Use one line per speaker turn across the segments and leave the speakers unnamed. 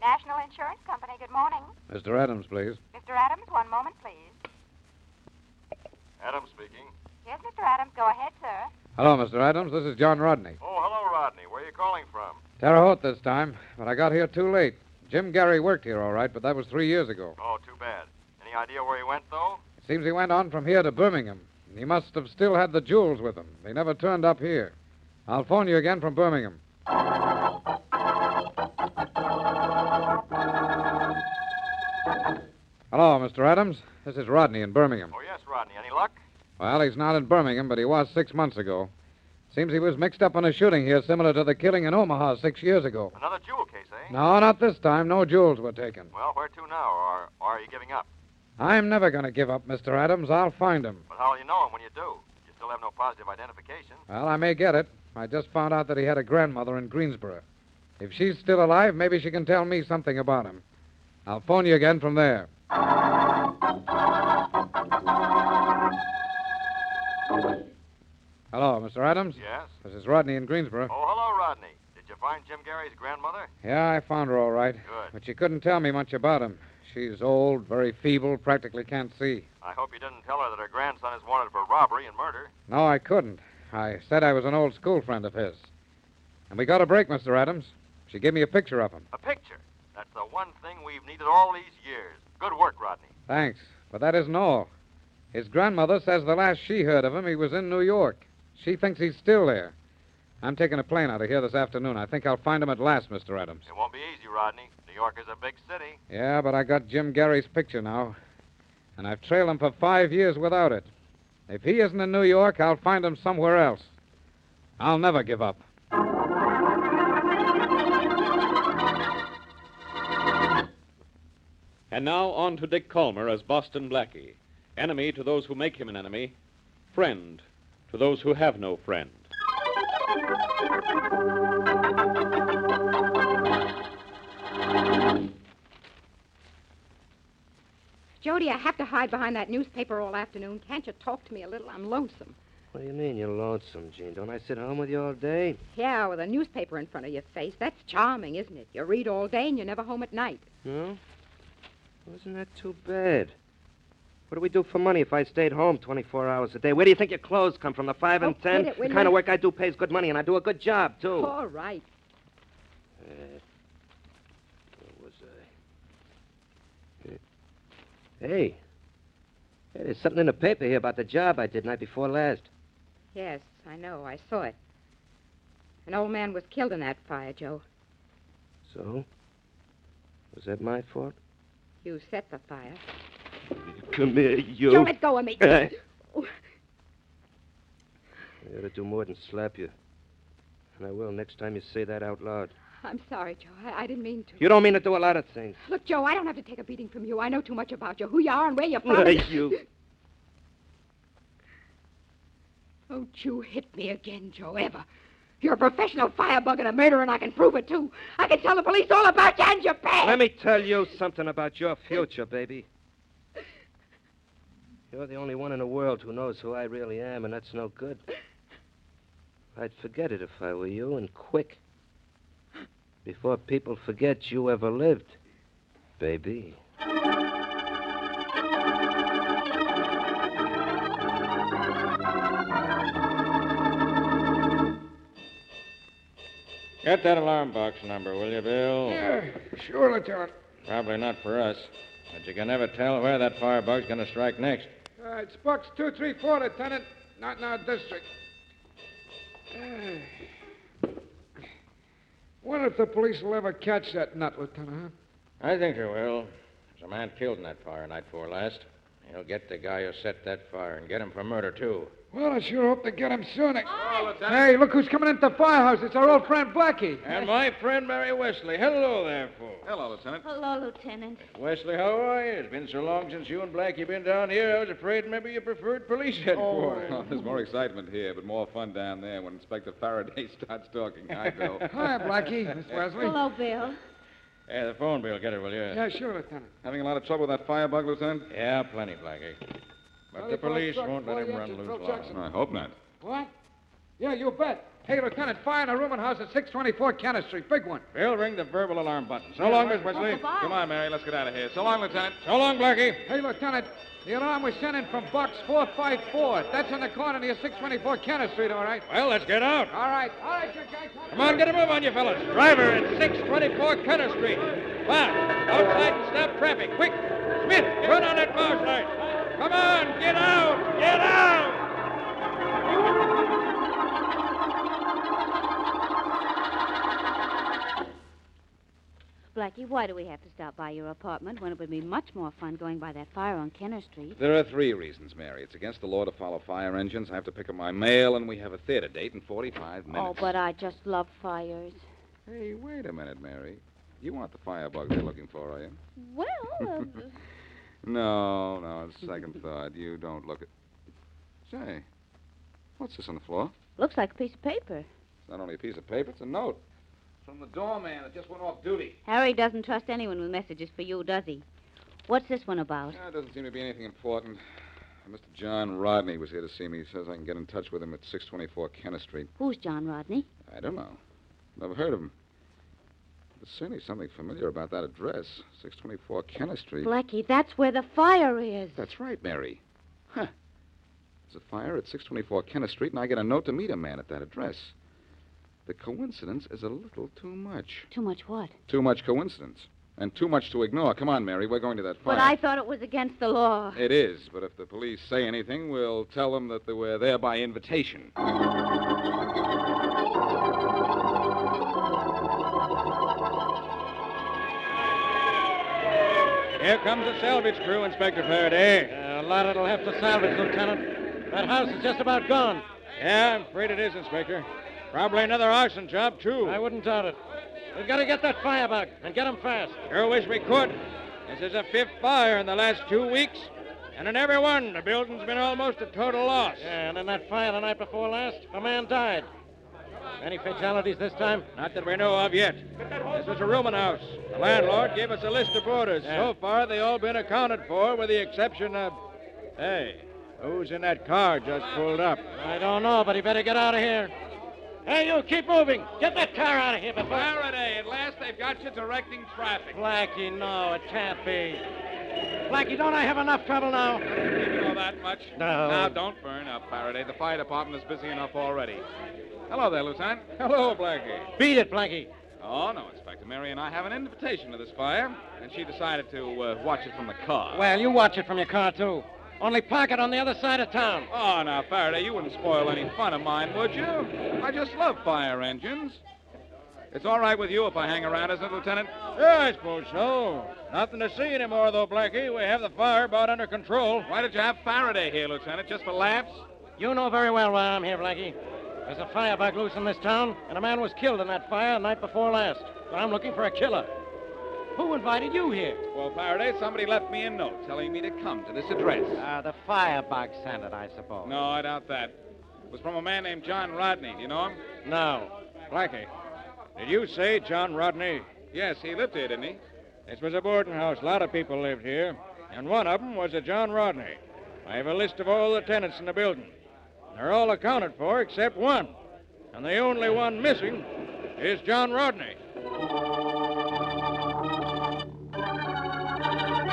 National Insurance Company, good morning.
Mr. Adams, please.
Mr. Adams, one moment, please.
Adam speaking.
Yes, Mr. Adams, go ahead, sir.
Hello, Mr. Adams. This is John Rodney.
Oh, hello, Rodney. Where are you calling from?
Terre Haute this time, but I got here too late. Jim Gary worked here all right, but that was three years ago.
Oh, too bad. Any idea where he went, though?
It seems he went on from here to Birmingham. He must have still had the jewels with him. They never turned up here. I'll phone you again from Birmingham. Hello, Mr. Adams. This is Rodney in Birmingham.
Oh, yes, Rodney. Any luck?
Well, he's not in Birmingham, but he was six months ago. Seems he was mixed up in a shooting here similar to the killing in Omaha six years ago.
Another jewel case, eh?
No, not this time. No jewels were taken.
Well, where to now? Or, or are you giving up?
I'm never going to give up, Mr. Adams. I'll find him.
But how will you know him when you do? You still have no positive identification.
Well, I may get it. I just found out that he had a grandmother in Greensboro. If she's still alive, maybe she can tell me something about him. I'll phone you again from there. Hello, Mr. Adams.
Yes?
This is Rodney in Greensboro.
Oh, hello, Rodney. Did you find Jim Gary's grandmother?
Yeah, I found her all right.
Good.
But she couldn't tell me much about him. She's old, very feeble, practically can't see.
I hope you didn't tell her that her grandson is wanted for robbery and murder.
No, I couldn't. I said I was an old school friend of his. And we got a break, Mr. Adams. She gave me a picture of him.
A picture. That's the one thing we've needed all these years. Good work, Rodney.
Thanks. But that isn't all. His grandmother says the last she heard of him, he was in New York. She thinks he's still there. I'm taking a plane out of here this afternoon. I think I'll find him at last, Mr. Adams.
It won't be easy, Rodney. New York is a big city.
Yeah, but I got Jim Gary's picture now. And I've trailed him for five years without it. If he isn't in New York, I'll find him somewhere else. I'll never give up.
And now on to Dick Calmer as Boston Blackie, enemy to those who make him an enemy, friend to those who have no friend.
Jody, I have to hide behind that newspaper all afternoon. Can't you talk to me a little? I'm lonesome.
What do you mean you're lonesome, Jean? Don't I sit home with you all day?
Yeah, with a newspaper in front of your face. That's charming, isn't it? You read all day and you're never home at night.
No? Well, isn't that too bad? What do we do for money if I stayed home 24 hours a day? Where do you think your clothes come from? The 5
Oh,
and
quit
10?
it, will
the kind
you?
of work I do pays good money, and I do a good job, too.
All right.
Uh, where was I? Uh, Hey. Hey, there's something in the paper here about the job I did night before last.
Yes, I know. I saw it. An old man was killed in that fire, Joe.
So? Was that my fault?
You set the fire.
Come here, you.
You let go of me.
Uh,
Oh,
I ought to do more than slap you. And I will next time you say that out loud.
I'm sorry, Joe. I, I didn't mean to.
You don't mean to do a lot of things.
Look, Joe, I don't have to take a beating from you. I know too much about you, who you are, and where you're from.
Like you.
Don't you hit me again, Joe, ever. You're a professional firebug and a murderer, and I can prove it, too. I can tell the police all about you and your past.
Let me tell you something about your future, baby. You're the only one in the world who knows who I really am, and that's no good. I'd forget it if I were you, and quick. Before people forget you ever lived, baby.
Get that alarm box number, will you, Bill?
Sure, Lieutenant. Probably not for us. But you can never tell where that firebug's going to strike next.
All right, it's box 234, Lieutenant. Not in our district. Ah. Wonder if the police will ever catch that nut, Lieutenant, huh?
I think you will. There's a man killed in that fire night before last. He'll get the guy who set that fire and get him for murder, too.
Well, I sure hope they get him soon. Hey, look who's coming into the firehouse. It's our old friend Blackie.
And my friend, Mary Wesley. Hello there, fool.
Hello, Lieutenant.
Hello, Lieutenant.
Wesley, how are you? It's been so long since you and Blackie been down here, I was afraid maybe you preferred police
Oh.
headquarters.
Oh.
There's more excitement here, but more fun down there when Inspector Faraday starts talking. Hi, Bill.
Hi, Blackie. Miss Wesley.
Hello, Bill.
Hey, the phone bill, get it, will you?
Yeah, sure, Lieutenant.
Having a lot of trouble with that firebug, Lieutenant?
Yeah, plenty, Blackie. But the
Thirty-five
police
trucks,
won't let him
forty
run
inches,
loose
Phil
long.
Jackson.
I hope not.
What? Yeah, you bet. Hey, Lieutenant, fire in a rooming house at 624 Cannon Street. Big one.
Bill, ring the verbal alarm button. So long, Miss Wesley.
goodbye.
Come on, Mary, let's get out of here. So long, Lieutenant.
So long, Blackie.
Hey, Lieutenant, the alarm was sent in from box 454. That's on the corner near 624 Cannon Street, all right?
Well, let's get out.
All right. All right, you guys.
Come on, get a move on you fellas. Driver at 624 Cutter Street. Wow. Outside and stop traffic. Quick. Smith, run on that mouse light. Come on, get out. Get out.
Blackie, why do we have to stop by your apartment when it would be much more fun going by that fire on Kenner Street?
There are three reasons, Mary. It's against the law to follow fire engines. I have to pick up my mail, and we have a theater date in 45 minutes.
Oh, but I just love fires.
Hey, wait a minute, Mary. You want the firebug they're looking for, are you?
Well, uh,
No, no, on second thought. You don't look at. Say, what's this on the floor?
looks like a piece of paper.
It's not only a piece of paper, it's a note.
From the doorman that just went off duty.
Harry doesn't trust anyone with messages for you, does he? What's this one about?
Ah, it doesn't seem to be anything important. Mr. John Rodney was here to see me. He says I can get in touch with him at 624 Kenner Street.
Who's John Rodney?
I don't know. Never heard of him. There's certainly something familiar about that address 624 Kenner Street.
Blackie, that's where the fire is.
That's right, Mary. Huh. There's a fire at 624 Kenner Street, and I get a note to meet a man at that address. The coincidence is a little too much.
Too much what?
Too much coincidence. And too much to ignore. Come on, Mary. We're going to that fire.
But I thought it was against the law.
It is, but if the police say anything, we'll tell them that they were there by invitation.
Here comes the salvage crew, Inspector Faraday.
a lot it'll have to salvage, Lieutenant. That house is just about gone.
Yeah, I'm afraid it is, Inspector. Probably another arson job, too.
I wouldn't doubt it. We've got to get that firebug and get him fast.
Sure wish we could. This is a fifth fire in the last two weeks. And in every one, the building's been almost a total loss.
Yeah, and in that fire the night before last, a man died. Any fatalities this time?
Not that we know of yet. This was a rooming house. The landlord gave us a list of boarders. So far, they all been accounted for, with the exception of. Hey, who's in that car just pulled up?
I don't know, but he better get out of here. Hey, you, keep moving. Get that car out of here before...
Faraday, at last they've got you directing traffic.
Blackie, no, it can't be. Blackie, don't I have enough trouble now?
You know that much?
No. Now,
don't burn up, Faraday. The fire department is busy enough already. Hello there, Lieutenant. Hello, Blackie.
Beat it, Blackie.
Oh, no, Inspector. Mary and I have an invitation to this fire, and she decided to uh, watch it from the car.
Well, you watch it from your car, too. Only park it on the other side of town.
Oh, now, Faraday, you wouldn't spoil any fun of mine, would you? I just love fire engines. It's all right with you if I hang around, isn't it, Lieutenant? Yeah, I suppose so. Nothing to see anymore, though, Blackie. We have the fire about under control. Why did you have Faraday here, Lieutenant? Just for laughs?
You know very well why I'm here, Blackie. There's a firebug loose in this town, and a man was killed in that fire the night before last. But I'm looking for a killer. Who invited you here?
Well, Faraday, somebody left me a note telling me to come to this address.
Uh, the firebug sent it, I suppose.
No, I doubt that. It was from a man named John Rodney. Do you know him?
No.
Blackie, did you say John Rodney? Yes, he lived here, didn't he? This was a boarding house. A lot of people lived here, and one of them was a John Rodney. I have a list of all the tenants in the building. They're all accounted for except one, and the only one missing is John Rodney.
Police department.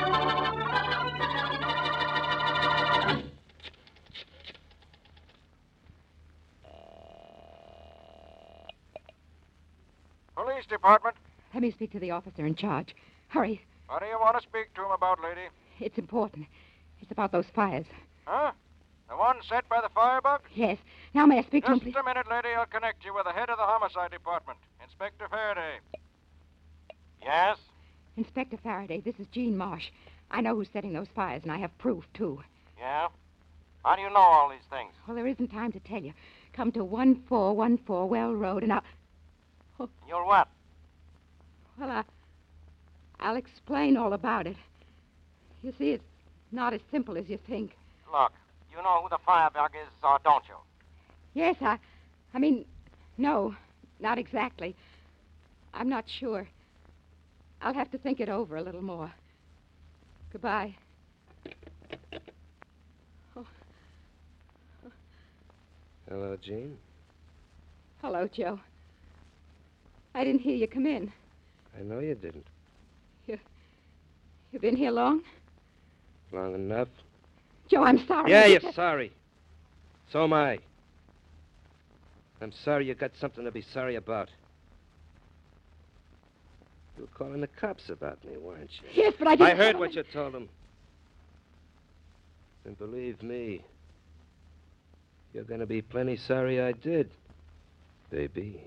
Let me speak to the officer in charge. Hurry.
What do you want to speak to him about, lady?
It's important. It's about those fires.
Huh? The one set by the firebug?
Yes. Now may I speak to him,
Just
please?
a minute, lady. I'll connect you with the head of the homicide department, Inspector Faraday. Yes?
Inspector Faraday, this is Jean Marsh. I know who's setting those fires, and I have proof, too.
Yeah? How do you know all these things?
Well, there isn't time to tell you. Come to 1414 Well Road, and I'll.
You'll what?
Well, I, I'll explain all about it. You see, it's not as simple as you think.
Look, you know who the firebug is, or don't you?
Yes, I. I mean, no, not exactly. I'm not sure. I'll have to think it over a little more. Goodbye.
Hello, Jean.
Hello, Joe. I didn't hear you come in.
I know you didn't.
You been here long?
Long enough.
Joe, I'm sorry.
Yeah, you're sorry. So am I. I'm sorry you got something to be sorry about. You were calling the cops about me, weren't you?
Yes, but I didn't.
I heard what you told them. And believe me, you're going to be plenty sorry I did, baby.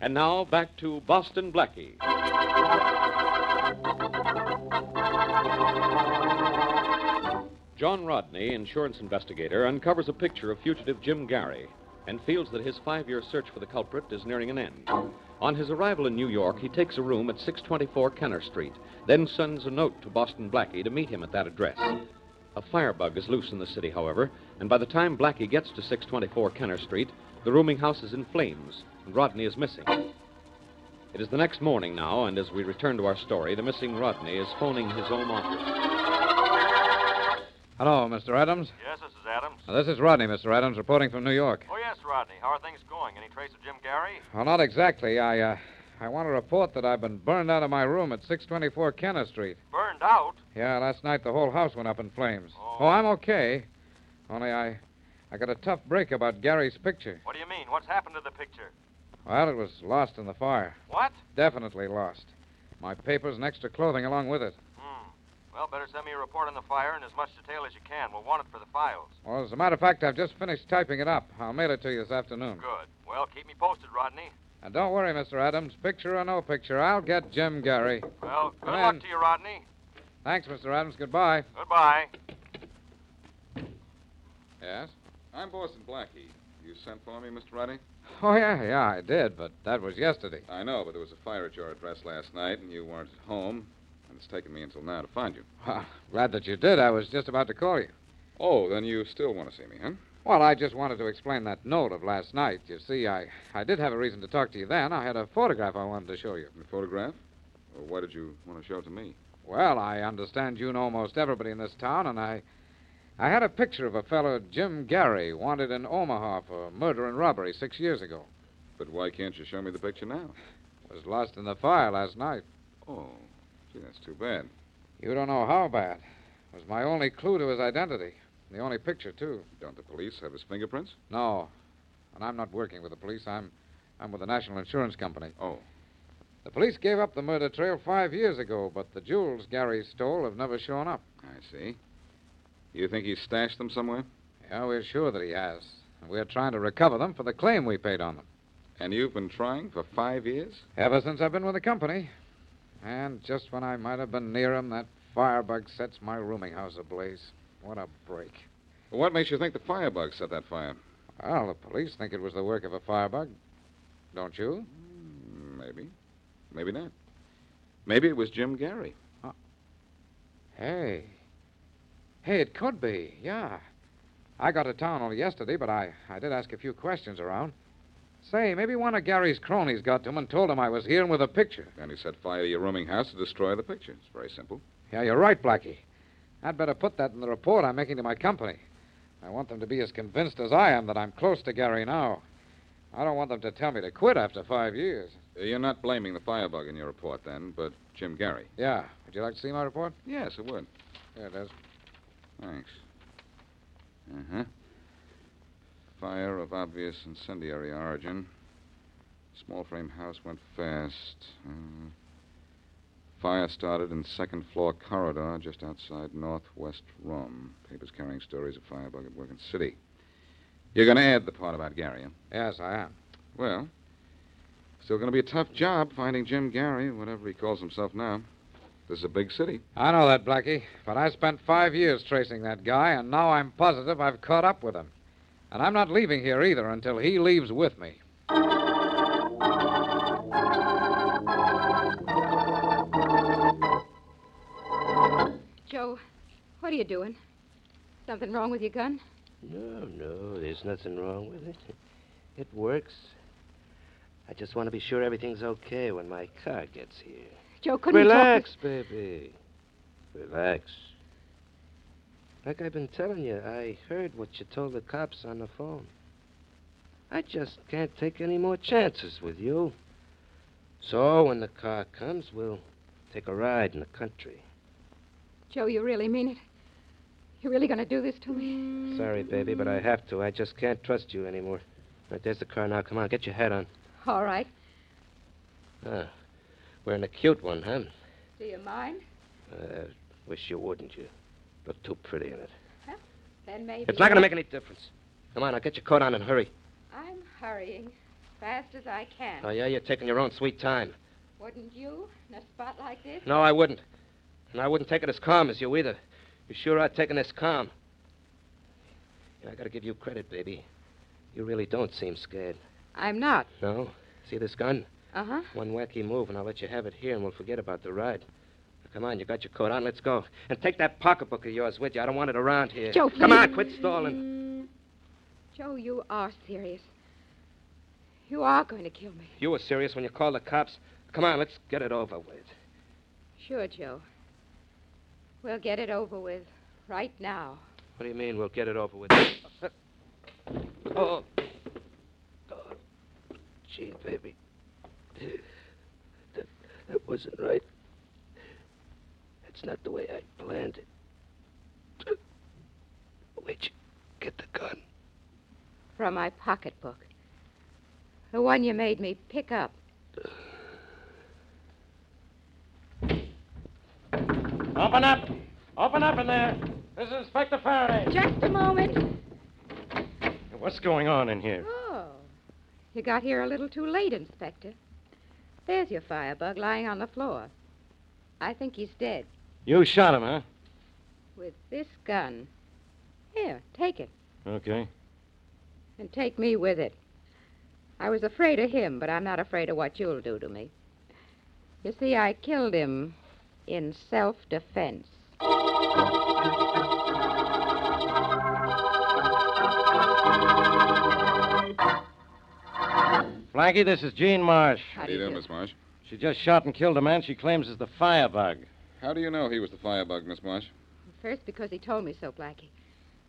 And now back to Boston Blackie. John Rodney, insurance investigator, uncovers a picture of fugitive Jim Gary and feels that his five-year search for the culprit is nearing an end. On his arrival in New York, he takes a room at 624 Kenner Street, then sends a note to Boston Blackie to meet him at that address. A firebug is loose in the city, however, and by the time Blackie gets to 624 Kenner Street, the rooming house is in flames and Rodney is missing. It is the next morning now, and as we return to our story, the missing Rodney is phoning his home office.
Hello, Mr. Adams.
Yes, this is Adams.
Now, this is Rodney, Mr. Adams, reporting from New York.
Oh, yes, Rodney. How are things going? Any trace of Jim Gary?
Well, not exactly. I, uh, I want to report that I've been burned out of my room at 624 Kenner Street.
Burned out?
Yeah, last night the whole house went up in flames. Oh, I'm okay. Only I, I got a tough break about Gary's picture.
What do you mean? What's happened to the picture?
Well, it was lost in the fire.
What?
Definitely lost. My papers and extra clothing along with it.
Hmm. Well, better send me a report on the fire in as much detail as you can. We'll want it for the files.
Well, as a matter of fact, I've just finished typing it up. I'll mail it to you this afternoon.
Good. Well, keep me posted, Rodney.
And don't worry, Mr. Adams. Picture or no picture, I'll get Jim Gary.
Well, good
Come in.
luck to you, Rodney.
Thanks, Mr. Adams. Goodbye.
Goodbye.
Yes?
I'm Boston Blackie. You sent for me, Mr. Rodney?
Oh, yeah, yeah, I did, but that was yesterday.
I know, but there was a fire at your address last night, and you weren't at home, and it's taken me until now to find you.
Well, glad that you did. I was just about to call you.
Oh, then you still want to see me, huh?
Well, I just wanted to explain that note of last night. You see, I, I did have a reason to talk to you then. I had a photograph I wanted to show you.
The photograph? Well, why did you want to show it to me?
Well, I understand you know almost everybody in this town, and I. I had a picture of a fellow, Jim Gary, wanted in Omaha for murder and robbery six years ago.
But why can't you show me the picture now?
Was lost in the fire last night.
Oh, gee, that's too bad.
You don't know how bad. It was my only clue to his identity. The only picture, too.
Don't the police have his fingerprints?
No. And I'm not working with the police. I'm I'm with the National Insurance Company.
Oh.
The police gave up the murder trail five years ago, but the jewels Gary stole have never shown up.
I see. You think he stashed them somewhere?
Yeah, we're sure that he has. And we're trying to recover them for the claim we paid on them.
And you've been trying for five years?
Ever since I've been with the company. And just when I might have been near him, that firebug sets my rooming house ablaze. What a break.
Well, what makes you think the firebug set that fire?
Well, the police think it was the work of a firebug. Don't you?
Hmm, Maybe. Maybe not. Maybe it was Jim Gary.
Uh, Hey. Hey, it could be, yeah. I got to town only yesterday, but I, I did ask a few questions around. Say, maybe one of Gary's cronies got to him and told him I was here and with a picture.
And he set fire to your rooming house to destroy the picture. It's very simple.
Yeah, you're right, Blackie. I'd better put that in the report I'm making to my company. I want them to be as convinced as I am that I'm close to Gary now. I don't want them to tell me to quit after five years.
Uh, You're not blaming the firebug in your report, then, but Jim Gary.
Yeah. Would you like to see my report?
Yes, it would.
Here it is.
Thanks.
Uh-huh.
Uh huh. Fire of obvious incendiary origin.
Small frame house went fast. Uh, fire started in second floor corridor just outside Northwest Rum. Papers carrying stories of firebug at Workin City. You're going to add the part about Gary, huh?
Yes, I am.
Well, still going to be a tough job finding Jim Gary, whatever he calls himself now. This is a big city.
I know that, Blackie, but I spent five years tracing that guy, and now I'm positive I've caught up with him. And I'm not leaving here either until he leaves with me.
Joe, what are you doing? Something wrong with your gun?
No, no, there's nothing wrong with it. It works. I just want to be sure everything's okay when my car gets here.
Joe, couldn't you talk to-
Relax, baby. Relax. Like I've been telling you, I heard what you told the cops on the phone. I just can't take any more chances with you. So when the car comes, we'll take a ride in the country.
Joe, you really mean it? You really going to do this to me?
Sorry, baby, but I have to. I just can't trust you anymore. Right, there's the car now. Come on, get your hat on.
All right.
Ah, wearing a cute one, huh?
Do you mind?
Uh, wish you wouldn't. You look too pretty in it.
Then maybe.
It's not going to make any difference. Come on, now get your coat on and hurry.
I'm hurrying, fast as I can.
Oh, yeah, you're taking your own sweet time.
Wouldn't you in a spot like this?
No, I wouldn't. And I wouldn't take it as calm as you either. You sure are taking this calm. And I gotta give you credit, baby. You really don't seem scared.
I'm not.
No? See this gun?
Uh huh.
One wacky move, and I'll let you have it here, and we'll forget about the ride. Now, Come on, you got your coat on. Let's go. And take that pocketbook of yours with you. I don't want it around here.
Joe,
Come
please.
on, quit stalling.
Joe, you are serious. You are going to kill me.
You were serious when you called the cops. Come on, let's get it over with.
Sure, Joe. We'll get it over with right now.
What do you mean we'll get it over with? Oh. oh. Gee, baby. That, that wasn't right. That's not the way I planned it. Where'd you get the gun?
From my pocketbook. The one you made me pick up.
Open up! Open up in there! This is Inspector Faraday.
Just a moment.
What's going on in here?
Oh. You got here a little too late, Inspector. There's your firebug lying on the floor. I think he's dead.
You shot him, huh?
With this gun. Here, take it.
Okay.
And take me with it. I was afraid of him, but I'm not afraid of what you'll do to me. You see, I killed him in self defense.
Blackie, this is Jean Marsh.
How do you do, Miss Marsh?
She just shot and killed a man she claims is the firebug.
How do you know he was the firebug, Miss Marsh?
First, because he told me so, Blackie.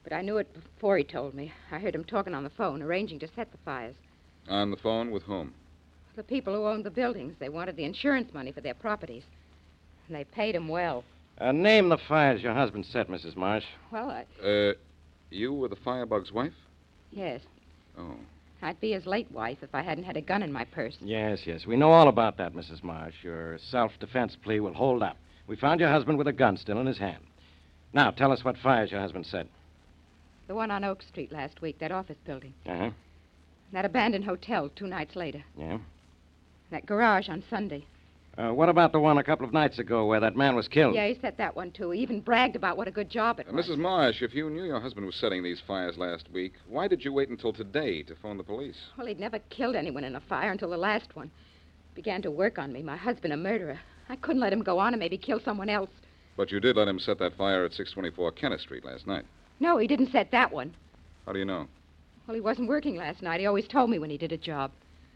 But I knew it before he told me. I heard him talking on the phone, arranging to set the fires.
On the phone with whom?
The people who owned the buildings, they wanted the insurance money for their properties. And they paid him well.
Uh, name the fires your husband set, Mrs. Marsh.
Well, I,
Uh, you were the firebug's wife?
yes,
Oh.
I'd be his late wife if I hadn't had a gun in my purse.
Yes, yes. We know all about that, Mrs. Marsh. Your self defense plea will hold up. We found your husband with a gun still in his hand. Now, tell us what fires your husband set.
The one on Oak Street last week, that office building.
Uh huh.
That abandoned hotel two nights later.
Yeah.
That garage on Sunday.
Uh, what about the one a couple of nights ago where that man was
Oh.
killed?
Yeah, he set that one, too. He even bragged about what a good job it
Uh,
was.
Mrs. Marsh, if you knew your husband was setting these fires last week, why did you wait until today to phone the police?
Well, he'd never killed anyone in a fire until the last one. Began to work on me, my husband a murderer. I couldn't let him go on and maybe kill someone else.
But you did let him set that fire at 624 Kenneth Street last night.
No, he didn't set that one.
How do you know?
Well, he wasn't working last night. He always told me when he did a job.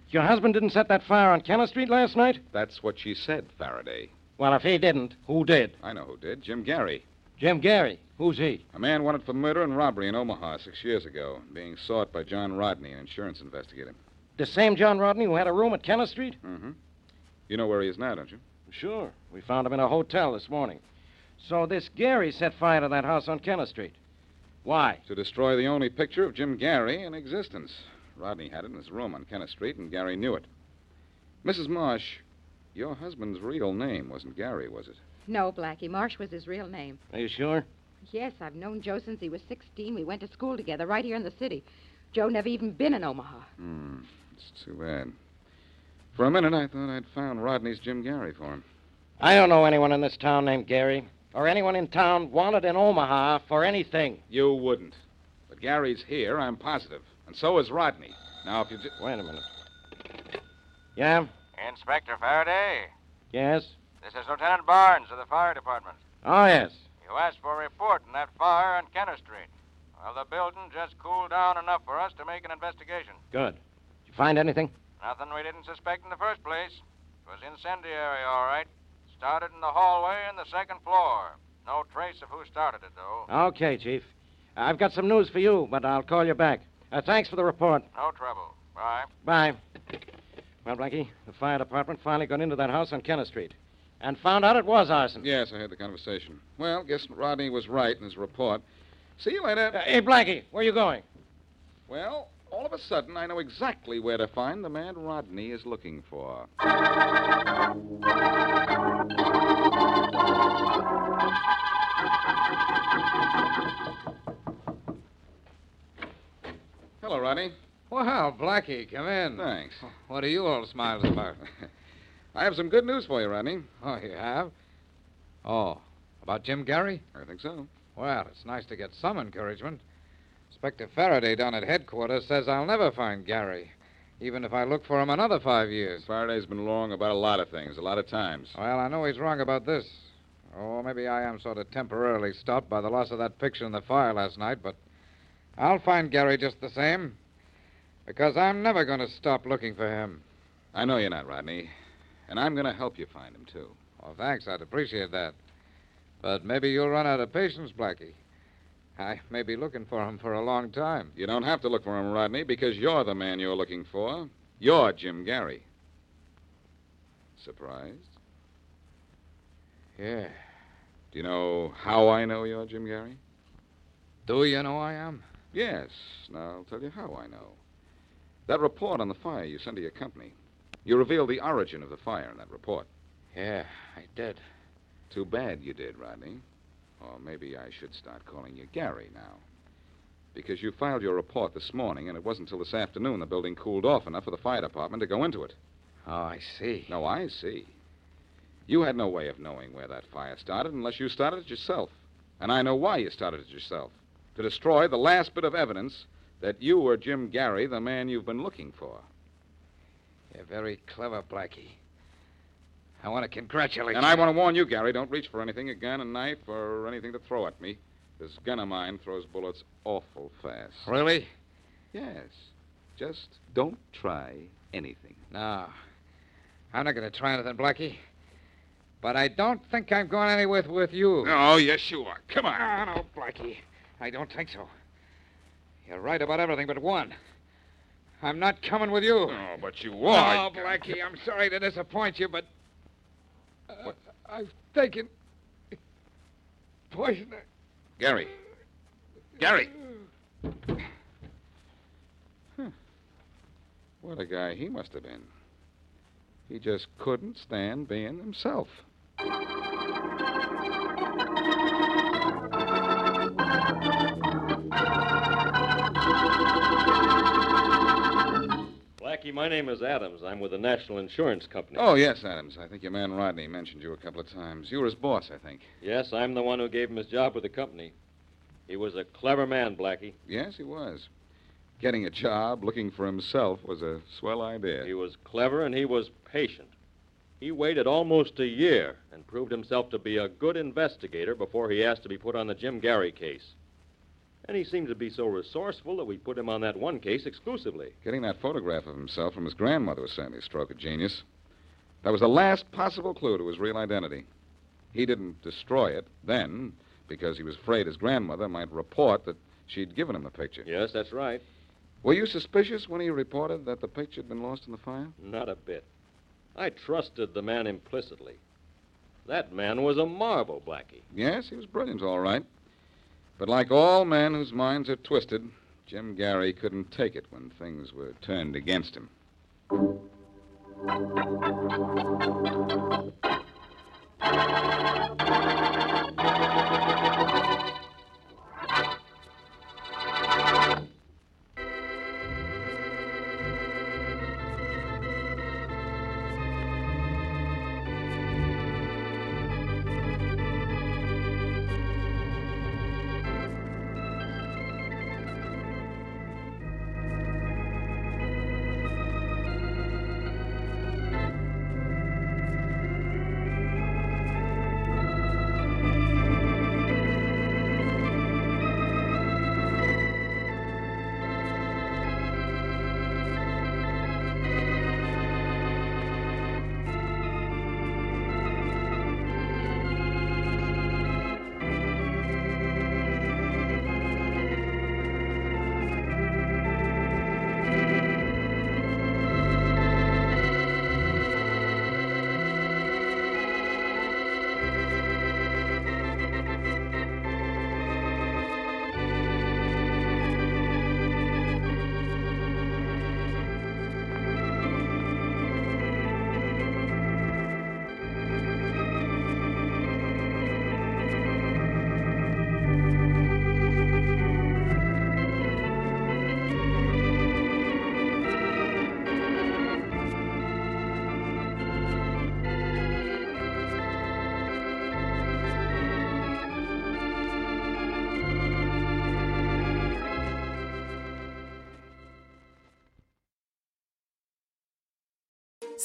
Your husband didn't set that fire on Kenner Street last night?
That's what she said, Faraday.
Well, if he didn't, who did?
I know who did. Jim Gary.
Jim Gary. Who's he?
A man wanted for murder and robbery in Omaha six years ago, being sought by John Rodney, an insurance investigator.
The same John Rodney who had a room at Kenner Street?
Mm-hmm. You know where he is now, don't you?
Sure. We found him in a hotel this morning. So this Gary set fire to that house on Kenner Street. Why?
To destroy the only picture of Jim Gary in existence. Rodney had it in his room on Kenneth Street, and Gary knew it. Mrs. Marsh, your husband's real name wasn't Gary, was it?
No, Blackie. Marsh was his real name.
Are you sure?
Yes, I've known Joe since he was 16. We went to school together right here in the city. Joe never even been in Omaha.
Hmm. It's too bad. For a minute, I thought I'd found Rodney's Jim Gary for him.
I don't know anyone in this town named Gary, or anyone in town wanted in Omaha for anything.
You wouldn't. But Gary's here, I'm positive. And so is Rodney. Now, if you. Ju-
Wait a minute. Yeah?
Inspector Faraday,
Yes?
this is Lieutenant Barnes of the Fire Department.
Oh, yes.
You asked for a report on that fire on Kenner Street. Well, the building just cooled down enough for us to make an investigation.
Good. Did you find anything?
Nothing we didn't suspect in the first place. It was incendiary, all right. Started in the hallway and the second floor. No trace of who started it, though.
Okay, Chief. I've got some news for you, but I'll call you back. Uh, thanks for the report.
No trouble. Bye.
Bye. Well, Blackie, the fire department finally got into that house on Kenner Street and found out it was arson.
Yes, I had the conversation. Well, guess Rodney was right in his report. See you later.
Uh, hey, Blackie, where are you going?
Well, all of a sudden, I know exactly where to find the man Rodney is looking for. Hello, Rodney.
Well, Blackie, come in.
Thanks.
What are you all smiles about?
I have some good news for you, Rodney.
Oh, you have? Oh, about Jim Gary?
I think so.
Well, it's nice to get some encouragement. Inspector Faraday down at headquarters says I'll never find Gary, even if I look for him another five years.
Faraday's been wrong about a lot of things, a lot of times.
Well, I know he's wrong about this. Or maybe I am sort of temporarily stopped by the loss of that picture in the fire last night, but I'll find Gary just the same. Because I'm never going to stop looking for him.
I know you're not, Rodney. And I'm going to help you find him, too.
Well, thanks. I'd appreciate that. But maybe you'll run out of patience, Blackie. I may be looking for him for a long time.
You don't have to look for him, Rodney, because you're the man you're looking for. You're Jim Gary. Surprised?
Yeah.
Do you know how I know you're Jim Gary?
Do you know I am?
Yes. Now, I'll tell you how I know. That report on the fire you sent to your company, you revealed the origin of the fire in that report.
Yeah, I did.
Too bad you did, Rodney. Or maybe I should start calling you Gary now. Because you filed your report this morning, and it wasn't till this afternoon the building cooled off enough for the fire department to go into it.
Oh, I see.
No, I see. You had no way of knowing where that fire started unless you started it yourself. And I know why you started it yourself to destroy the last bit of evidence that you were Jim Gary, the man you've been looking for.
You're very clever, Blackie. I want to congratulate
And
you.
I want to warn you, Gary, don't reach for anything a gun, a knife, or anything to throw at me. This gun of mine throws bullets awful fast.
Really?
Yes. Just don't try anything.
No. I'm not going to try anything, Blackie. But I don't think I'm going anywhere with you.
Oh, yes, you are. Come
No, no, Blackie. I don't think so. You're right about everything but one. I'm not coming with you.
Oh, but you
Oh, Blackie, I'm sorry to disappoint you, but uh, I've taken poison.
Gary. Gary. What a guy he must have been. He just couldn't stand being himself.
Blackie, my name is Adams. I'm with the National Insurance Company.
Oh, yes, Adams. I think your man Rodney mentioned you a couple of times. You were his boss, I think.
Yes, I'm the one who gave him his job with the company. He was a clever man, Blackie.
Yes, he was. Getting a job, looking for himself, was a swell idea.
He was clever and he was patient. He waited almost a year and proved himself to be a good investigator before he asked to be put on the Jim Gary case. And he seemed to be so resourceful that we put him on that one case exclusively.
Getting that photograph of himself from his grandmother was certainly a stroke of genius. That was the last possible clue to his real identity. He didn't destroy it then because he was afraid his grandmother might report that she'd given him the picture.
Yes, that's right.
Were you suspicious when he reported that the picture had been lost in the fire?
Not a bit. I trusted the man implicitly. That man was a marvel, Blackie.
Yes, he was brilliant, all right. But like all men whose minds are twisted, Jim Gary couldn't take it when things were turned against him.